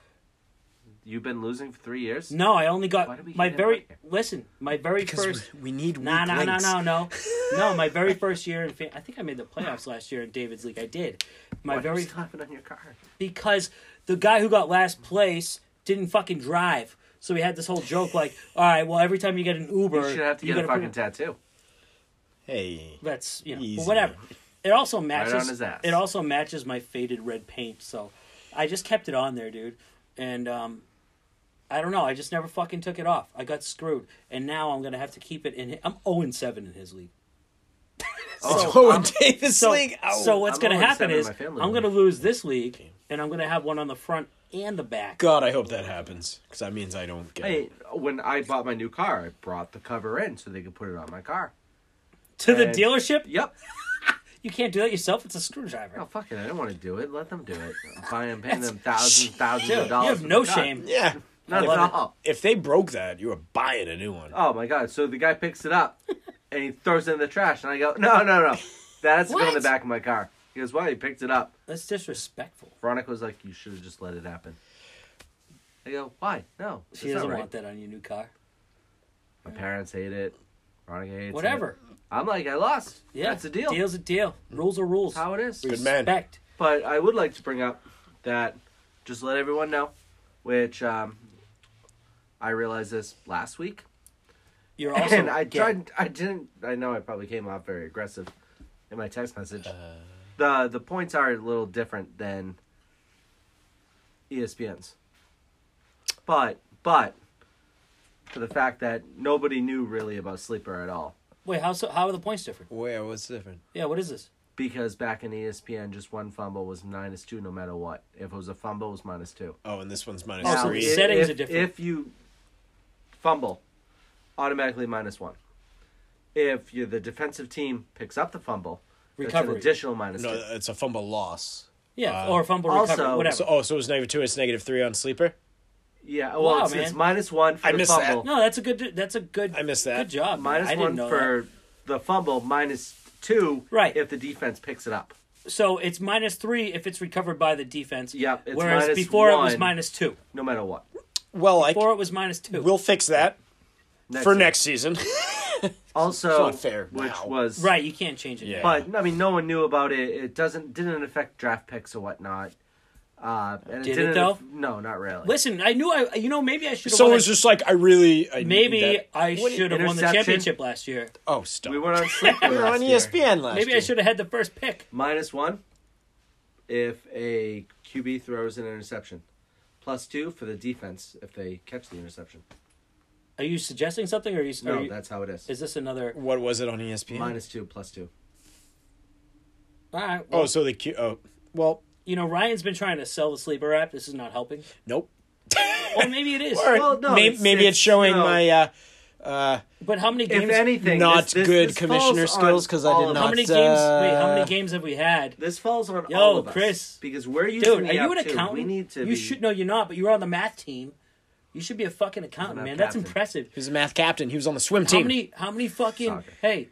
You've been losing for three years. No, I only Why did we got my get him very out here? listen. My very because first. we, we need weak No, no, no, links. no, no, no. My very first year in, fan- I think I made the playoffs last year in David's league. I did. My Why are you very slapping on your car? because the guy who got last place didn't fucking drive. So we had this whole joke like, all right, well, every time you get an Uber, You should have to get a gotta fucking put- tattoo. Hey, That's you know, Easy. well, whatever. It also matches. on his ass. It also matches my faded red paint. So I just kept it on there, dude. And um, I don't know. I just never fucking took it off. I got screwed, and now I'm gonna have to keep it in. hi- I'm zero and seven in his league. Oh, Davis So, League. Ow. so what's I'm gonna 0 and happen 7 in is my family I'm league. gonna lose this league, and I'm gonna have one on the front and the back. God, I hope that happens because that means I don't get. Hey, it. when I bought my new car, I brought the cover in so they could put it on my car. To the And- dealership, Yep. you can't do that yourself. It's a screwdriver. Oh fuck it! I don't want to do it. Let them do it. I'm buying, I'm paying them thousands, thousands of dollars. you have for no the car. shame. Yeah. Not If- at all. If they broke that, you were buying a new one. Oh my god! So the guy picks it up and he throws it in the trash, and I go, no, no, no, that has to go in the What? back of my car. He goes, well, you picked it up. That's disrespectful. Veronica was like, you should have just let it happen. I go, why? No, She it's not doesn't right. want that on your new car. My parents hate it. Veronica hates it. Whatever. I'm like, I lost. Yeah, that's a deal. That's Deal's a deal. Rules are rules. how it is. Good man. Respect. But I would like to bring up that just let everyone know, which um, I realized this last week, You're also and I gay. tried. I didn't. I know I probably came off very aggressive in my text message. the The points are a little different than E ESPN's, but but for the fact that nobody knew really about sleeper at all. Wait, how so, how are the points different? Where was different? Yeah, what is this? Because back in E ESPN, just one fumble was minus two, no matter what. If it was a fumble, it was minus two. Oh, and this one's minus Oh, so Now, the three. if- settings if, are different. If you fumble, automatically minus one. If you the defensive team picks up the fumble, that's an Recovery. additional minus no, uh, two. it's a fumble loss. Yeah, Uh, or fumble also- recovery, whatever. So, oh, so it was negative two. It's negative three on sleeper. Yeah, well, Wow, it's, it's man. minus one for I the missed that. fumble, no, that's a good. That's a good. I missed that. Good job. man. minus I didn't one know for the fumble, minus two. Right. If the defense picks it up, that. So it's minus three if it's recovered by the defense. Yep, it's Whereas minus before it was one. minus two. no matter what. Well, I Before it was minus two. we'll fix that for year. next season. also not fair which now. was right, you can't change it. Yeah. But I mean, no one knew about it. It doesn't didn't affect draft picks or whatnot. Uh, and it Did it, didn't though? No, not really. Listen, I knew I. You know, maybe I should. have so won it a- was just like I really. I need Maybe uh, that- I What do you- should have won the interception? championship last year. Oh, stop. we went on sleep We were last on E year. ESPN last. Maybe I year. should have had the first pick. Minus one if a QB throws an interception. Plus two for the defense if they catch the interception. Are you suggesting something, or are you? No, are you- that's how it is. is this another? What was it on E ESPN? Minus two, plus two. All right. Well, Oh, so the Q. Oh, well, you know, Ryan's been trying to sell the sleeper app. This is not helping. nope. Or maybe it is. All right. Well, no, maybe, it's- maybe it's, it's- showing no. my uh, uh, But how many If games? anything, not this- this- good this commissioner falls on skills because I all did of not. us. how many games? uh, Wait, how many games have we had? This falls on Yo, all of us. Chris. Because we're using Dude, the are app you an too. accountant? We need to you be- should. No, you're not. But you were on the math team. You should be a fucking accountant, I'm a man. That's captain. impressive. He was a math captain. He was on the swim How team. many? How many fucking? Soccer. Hey,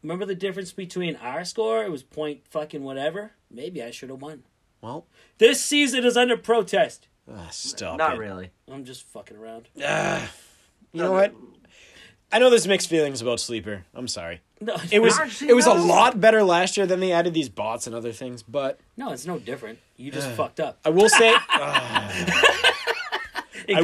remember the difference between our score? It was point fucking whatever. Maybe I should have won. Well, This season is under protest. ah, stop. Not it. really. I'm just fucking around. Ah, you know what? I know there's mixed feelings about sleeper. I'm sorry. No, It was Actually, it was a no. lot better last year. Then they added these bots and other things. But no, it's no different. You just fucked up. I will say, I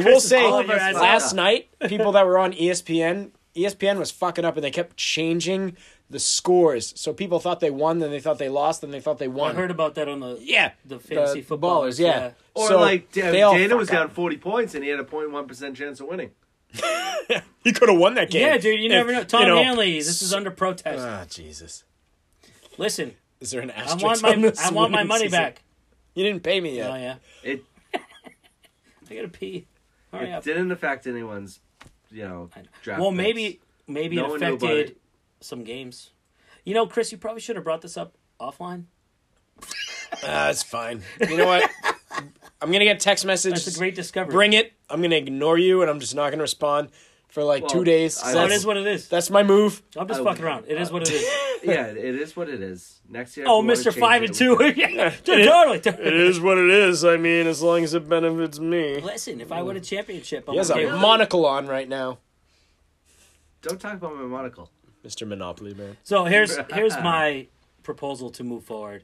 will say, all of us fucked last up. night, people that were on E ESPN, ESPN was fucking up, and they kept changing the scores. So people thought they won, then they thought they lost, then they thought they I won. heard about that on the yeah, the fantasy ballers, footballers. yeah. yeah. Or So like Dan- they all Dana fuck was up. down 40 points and he had a 0.1% chance of winning. He could have won that game. Yeah, dude, you If, never know. Tom know- Hanley, this is under protest. Ah, Jesus. Listen, Is there an I asterisk want on my this I want my winning money season? back. You didn't pay me yet. Oh yeah, It, I gotta pee. Oh, Hurry it up. didn't affect anyone's, you know, draft Well, picks. maybe maybe No it one knew about affected it. some games. You know, Chris, you probably should have brought this up offline. Ah, it's fine. You know what? I'm gonna get text messages. That's a great discovery. Bring it. I'm gonna ignore you, and I'm just not gonna respond for like Well, two days. I- So it that's, is what it is. that's my move. I'm just I- fucking around. It is what it is. Yeah, it is what it is. Next year. if Oh, you wanna Mister change Five it, and we Two. can. yeah, totally. It is what it is. I mean, as long as it benefits me. Listen, if I win a championship, I'm He has okay a with it. monocle on right now, Don't talk about my monocle. Mr. Monopoly Man. So here's here's my proposal to move forward.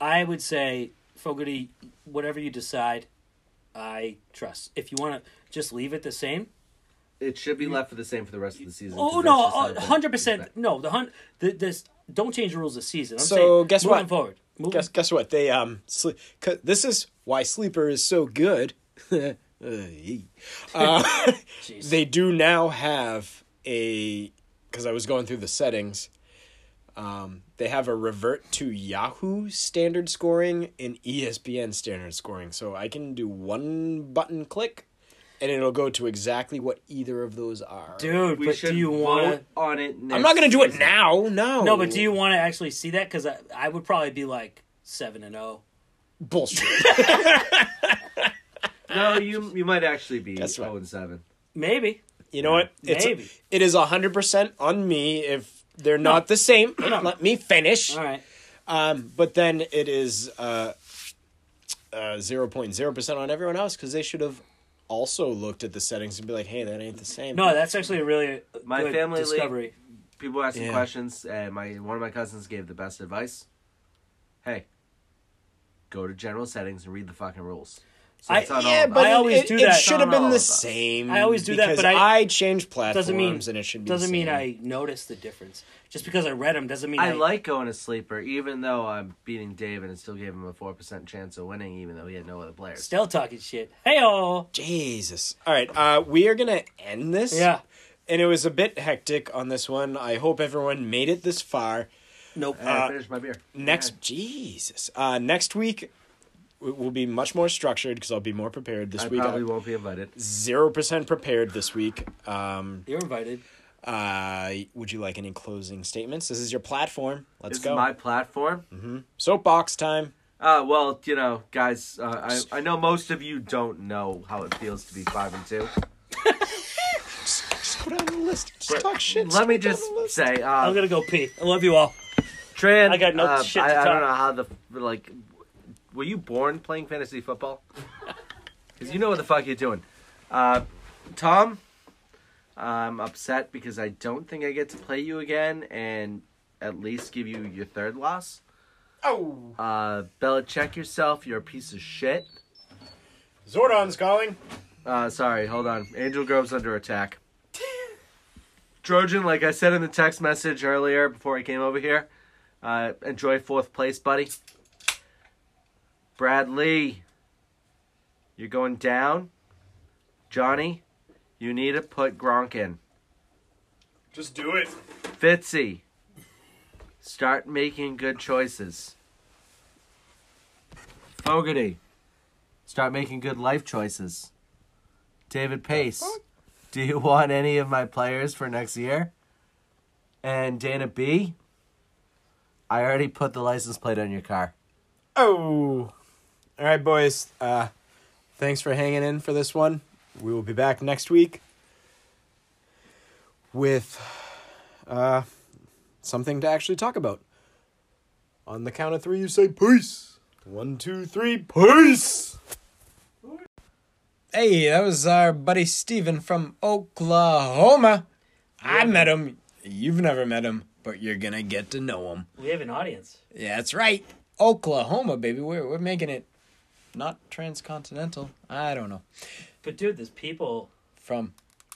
I would say Fogarty, whatever you decide, I trust. If you want to just leave it the same, it should be left for the same for the rest of the season. Oh 'cause no, that's just how uh, things hundred percent. affect- No, the hun. The, this don't change the rules this season. I'm So, saying, guess moving what? Forward. Moving, Guess guess what? They um sleep. This is why sleeper is so good. Uh, yee. Uh, they do now have a because I was going through the settings. Um, they have a revert to Yahoo standard scoring and E ESPN standard scoring. So I can do one button click, and it'll go to exactly what either of those are. dude. We but should do you want want vote on it. I'm next not gonna do it season. now. No. to? No, but do you want to actually see that? Because I, I would probably be like seven and oh. zero. bullshit? No, you you might actually be Guess what? zero and seven. Maybe. You know what? It's Maybe. it is hundred percent on me if they're not the same. Let me finish. All right. Um, but then it is uh, zero point zero percent on everyone else because they should have also looked at the settings and be like, "Hey, that ain't the same." No, that's actually a really My good family league- discovery. People asking Yeah. questions, and my one of my cousins gave the best advice. Hey, go to general settings and read the fucking rules. So I- it's on all yeah, of us. but I it- always it, do It that. should Not have all been of the us. same. I always do that, because but I- change platforms doesn't mean and it should be the doesn't mean same. I noticed the difference. Just because I read them doesn't mean I, I like going to sleeper, even though I'm beating David and still gave him a four percent chance of winning, even though he had no other players. still talking shit. Hey oh. Jesus. All right, uh, we are gonna end this. Yeah. And it was a bit hectic on this one. I hope everyone made it this far. Nope. And Uh, I finished my beer. Next, Jesus. Uh, next week w- will be much more structured because I'll be more prepared this I week. probably won't be invited. Zero percent prepared this week. Um, You're invited. uh, would you like any closing statements? This is your platform. Let's This is go. my platform. Soapbox time. Uh, well, you know, guys, uh, I, I know most of you don't know how it feels to be five and two. Just, just go down the list. Just talk shit. Let me go down just the list. say, I'm uh, gonna go pee. I love you all. Tran, I got no uh, shit I, to I don't talk. know how the like. Were you born playing fantasy football? Because you know what the fuck you're doing. Uh, Tom, I'm upset because I don't think I get to play you again and at least give you your third loss. Oh, Uh, Bella, check yourself. You're a piece of shit. Zordon's calling. Uh, sorry, hold on. Angel Grove's under attack. Trojan, like I said in the text message earlier before I came over here, uh, enjoy fourth place, buddy. Bradley, you're going down. Johnny, you need to put Gronk in. Just do it. Fitzy, start making good choices. Fogarty, start making good life choices. David Pace, do you want any of my players for next year? And Dana B, I already put the license plate on your car. Oh. All right, boys. Uh, thanks for hanging in for this one. We will be back next week with uh, something to actually talk about. On the count of three, you say peace. One, two, three, peace. Hey, that was our buddy Steven from Oklahoma. I met him. You've never met him, but you're going to get to know him. We have an audience. Yeah, that's right. Oklahoma, baby. We're we're making it not transcontinental. I don't know. But dude, there's people From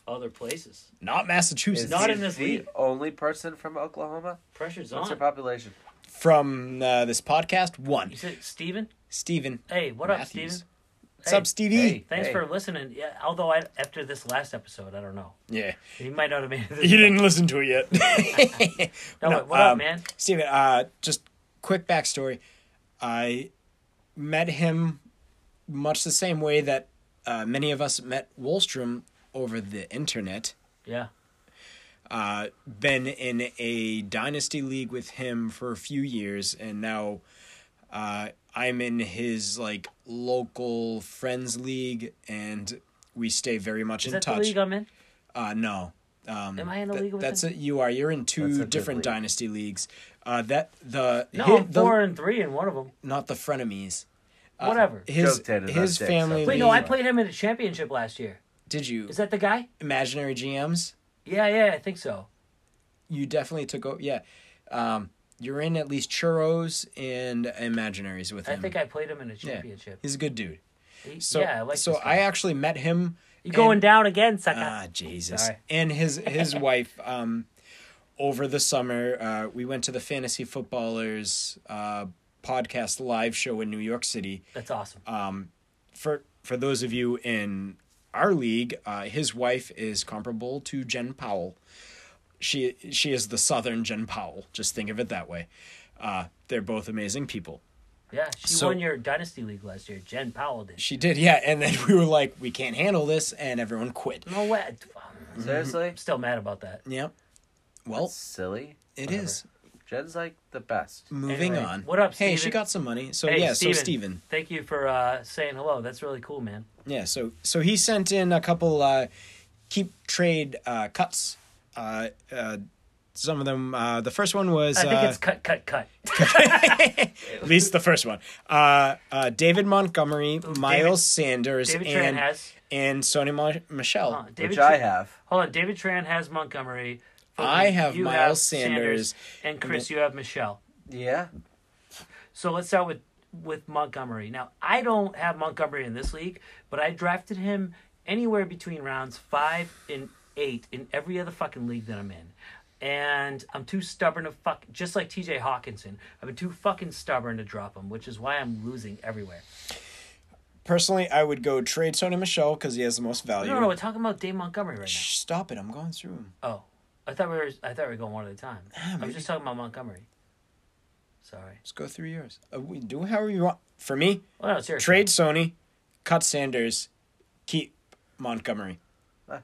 other places. not Massachusetts. Not in this the league. only person from Oklahoma? Pressure's What's on. her population? from uh, this podcast. One. You said Steven? Steven. Hey, what up, Matthews. Steven? What's up, Stevie? Hey. Thanks for listening. Yeah, although I, after this last episode, I don't know. Yeah. You might not have made it. This You didn't listen to it yet. No, No, what up, um, man? Steven, uh, just quick backstory. I met him much the same way that uh, many of us met Wallstrom over the internet. Yeah. uh, been in a dynasty league with him for a few years, and now uh, I'm in his like local friends league, and we stay very much Is in that the touch. league I'm in? uh, no, um, Am I in the that- league with that's him? it. You are. You're in That's a two good different league. dynasty leagues. Uh, that the No, hi- I'm the- four and three in one of them. not the frenemies. Uh, Whatever. His Joe Tatum, his that's it. family. Wait, no, I league- played him in a championship last year. Did you Is that the guy? imaginary GMs? Yeah, yeah, I think so. you definitely took over. Yeah, um, you're in at least churros and imaginaries with I him. think I played him in a Yeah. championship. He's a good dude. So, yeah, I like so this guy. I actually met him. You're going and- down again, sucker. Ah, Jesus. Sorry. And his his wife. Um, over the summer, uh, we went to the Fantasy Footballers uh, podcast live show in New York City. That's awesome. Uh, For for those of you in our league, uh, his wife is comparable to Jen Powell. She she is the Southern Jen Powell. Just think of it that way. Uh, they're both amazing people. yeah, she so- won your dynasty league last year. Jen Powell did. She did, yeah. And then we were like, we can't handle this, and everyone quit. No way. Mm-hmm. Seriously? I'm still mad about that. Yeah. Well, Silly. it is. Jen's like the best. Moving Anyway, on. what up, Hey, she Steven? got some money. So Hey, yeah, Steven, so Steven. Thank you for uh, saying hello. That's really cool, man. Yeah, so so he sent in a couple uh, keep trade uh, cuts. Uh, uh, some of them. Uh, the first one was I think uh, it's cut, cut, cut. at least the first one. Uh, uh, David Montgomery, Miles Sanders, David Tran and has. and Sony Mon- Michelle. Hold on, David which Tran- I have. Hold on. David Tran has Montgomery. I Fucking- have you Miles Sanders. And Chris, you have Michelle. Yeah. So let's start with with Montgomery. Now I don't have Montgomery in this league, but I drafted him anywhere between rounds five and eight in every other fucking league that I'm in. And I'm too stubborn to fuck just like TJ Hawkinson. I've been too fucking stubborn to drop him, which is why I'm losing everywhere. Personally, I would go trade Sony Michelle because he has the most value. No, no, no, we're talking about Dave Montgomery right Shh, stop it! I'm going through him. now. Oh. I thought we were I thought we were going one at a time. I Ah, maybe. was just talking about Montgomery. Sorry. Let's go through yours. Uh, we do however you want. For me, Well no, seriously. trade Sony, cut Sanders, keep Montgomery. Huh.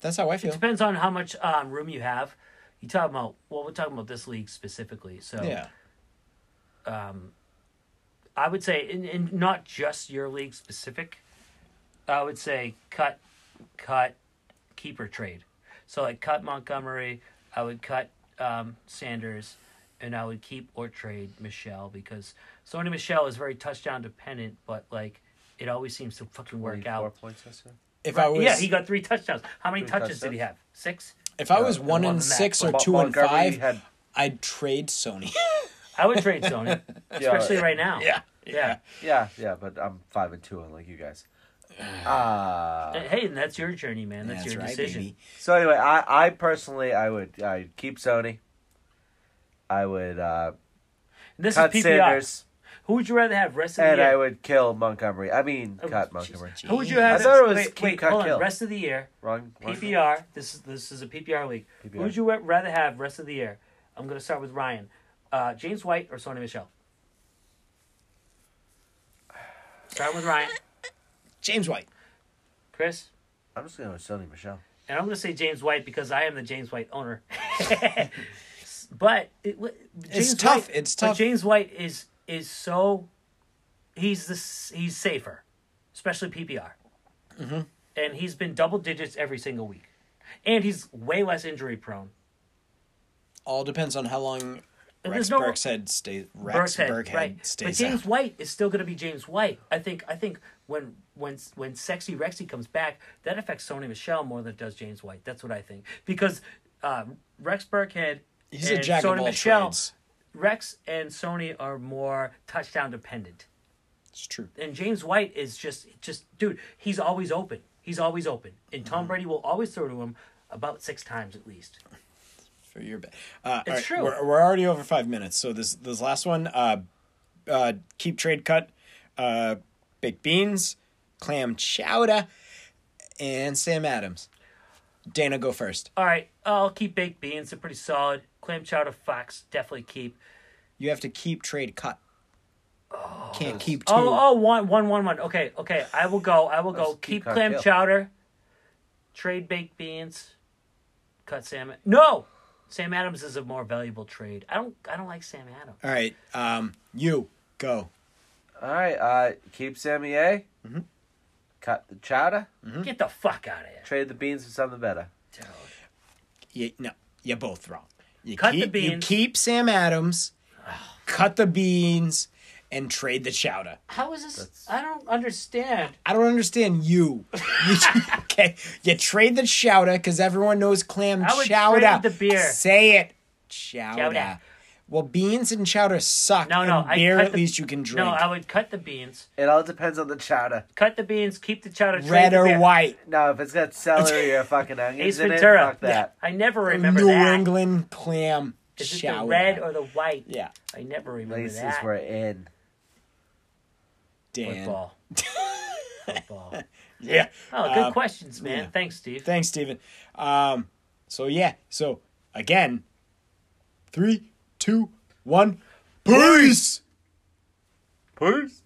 That's how I feel. depends on how much um, room you have. You talking about well, we're talking about this league specifically. So Yeah. I would say, in, in not just your league specific, I would say cut, cut, keeper trade. So like cut Montgomery, I would cut um, Sanders, and I would keep or trade Michelle because Sony Michelle is very touchdown dependent, but like it always seems to fucking work Four out. points or so. If I was yeah, he got three touchdowns. How many touches did he have? touchdowns? Six. if I was Yeah, one more and than that. six or Mon- two and Montgomery five, had- I'd trade Sony. I would trade Sony, especially right now. Yeah. Yeah. Yeah, yeah, but I'm five and two, unlike you guys. Uh, Hey, and that's your journey, man. That's, your decision. baby. so anyway, I, I personally, I would, I'd keep Sony. I would uh, This cut is PPR. Sanders, Who would you rather have rest of and the year? I would kill Montgomery. I mean, Oh, cut jeez. Montgomery. Who would you Jeez. have? I thought it was wait, keep, wait, cut, hold on. kill. Rest of the year, Wrong. wrong- PPR. This is this is a PPR league. Who PPR. would you wa- rather have rest of the year? I'm going to start with Ryan, uh, James White, or Sony Michelle. Start with Ryan, James White. Chris, I'm just gonna go with Sony Michelle. and I'm going to say James White because I am the James White owner. but it, wa- James tough. White- It's but tough. James White is is so he's the s- he's safer, especially PPR, Mm-hmm. and he's been double digits every single week, and he's way less injury prone. All depends on how long And Rex there's no- Burkhead stays. Rex Burkhead, Burkhead, right? But stays James out. White is still going to be James White. I think. I think when when when sexy Rexy comes back, that affects Sony Michelle more than it does James White. That's what I think because uh, Rex Burkhead. He's a and jack of Sony all Michel, trades. Rex and Sony are more touchdown dependent. It's true. and James White is just just dude, he's always open. He's always open. And Tom Mm-hmm. Brady will always throw to him about six times at least. for your bet. Uh, It's all right, true. We're, we're already over five minutes, so this this last one, uh, uh, keep trade cut, uh, baked beans, clam chowder, and Sam Adams. Dana, go first. All right, I'll keep baked beans. They're pretty solid. Clam chowder fox definitely keep. You have to keep trade cut. Can't keep two. Oh oh one one one one. Okay okay, I will go. I will go. Let's Keep keep clam cocktail. chowder. Trade baked beans. Cut Sam. No, Sam Adams is a more valuable trade. I don't. I don't like Sam Adams. All right, um, you go. All right, uh, keep Sammy A. Mm-hmm. Cut the chowder. Mm-hmm. Get the fuck out of here. Trade the beans for something better. dude. You, no, you're both wrong. You Cut the keep, You beans. keep Sam Adams, cut the beans, and trade the chowder. How is this? I don't understand. I don't understand you. You- okay, you trade the chowder because everyone knows clam I would chowder. trade the beer. Say it, chowder. Chowder. Well, beans and chowder suck. No, no, and I beer cut at the- least you can drink. No, I would cut the beans. It all depends on the chowder. Cut the beans. Keep the chowder. trade Red the or beer. white. No, if it's got celery or fucking Ace onions in it, Ventura. fuck that. I never remember New that. England clam Is it chowder. the red or the white? yeah, I never remember Places that. we're in. Dan. Football. Football. Yeah. Oh, good Um, questions, man. yeah. Thanks, Steve. Thanks, Steven. Um, so yeah, so again, three, two, one, peace. Peace.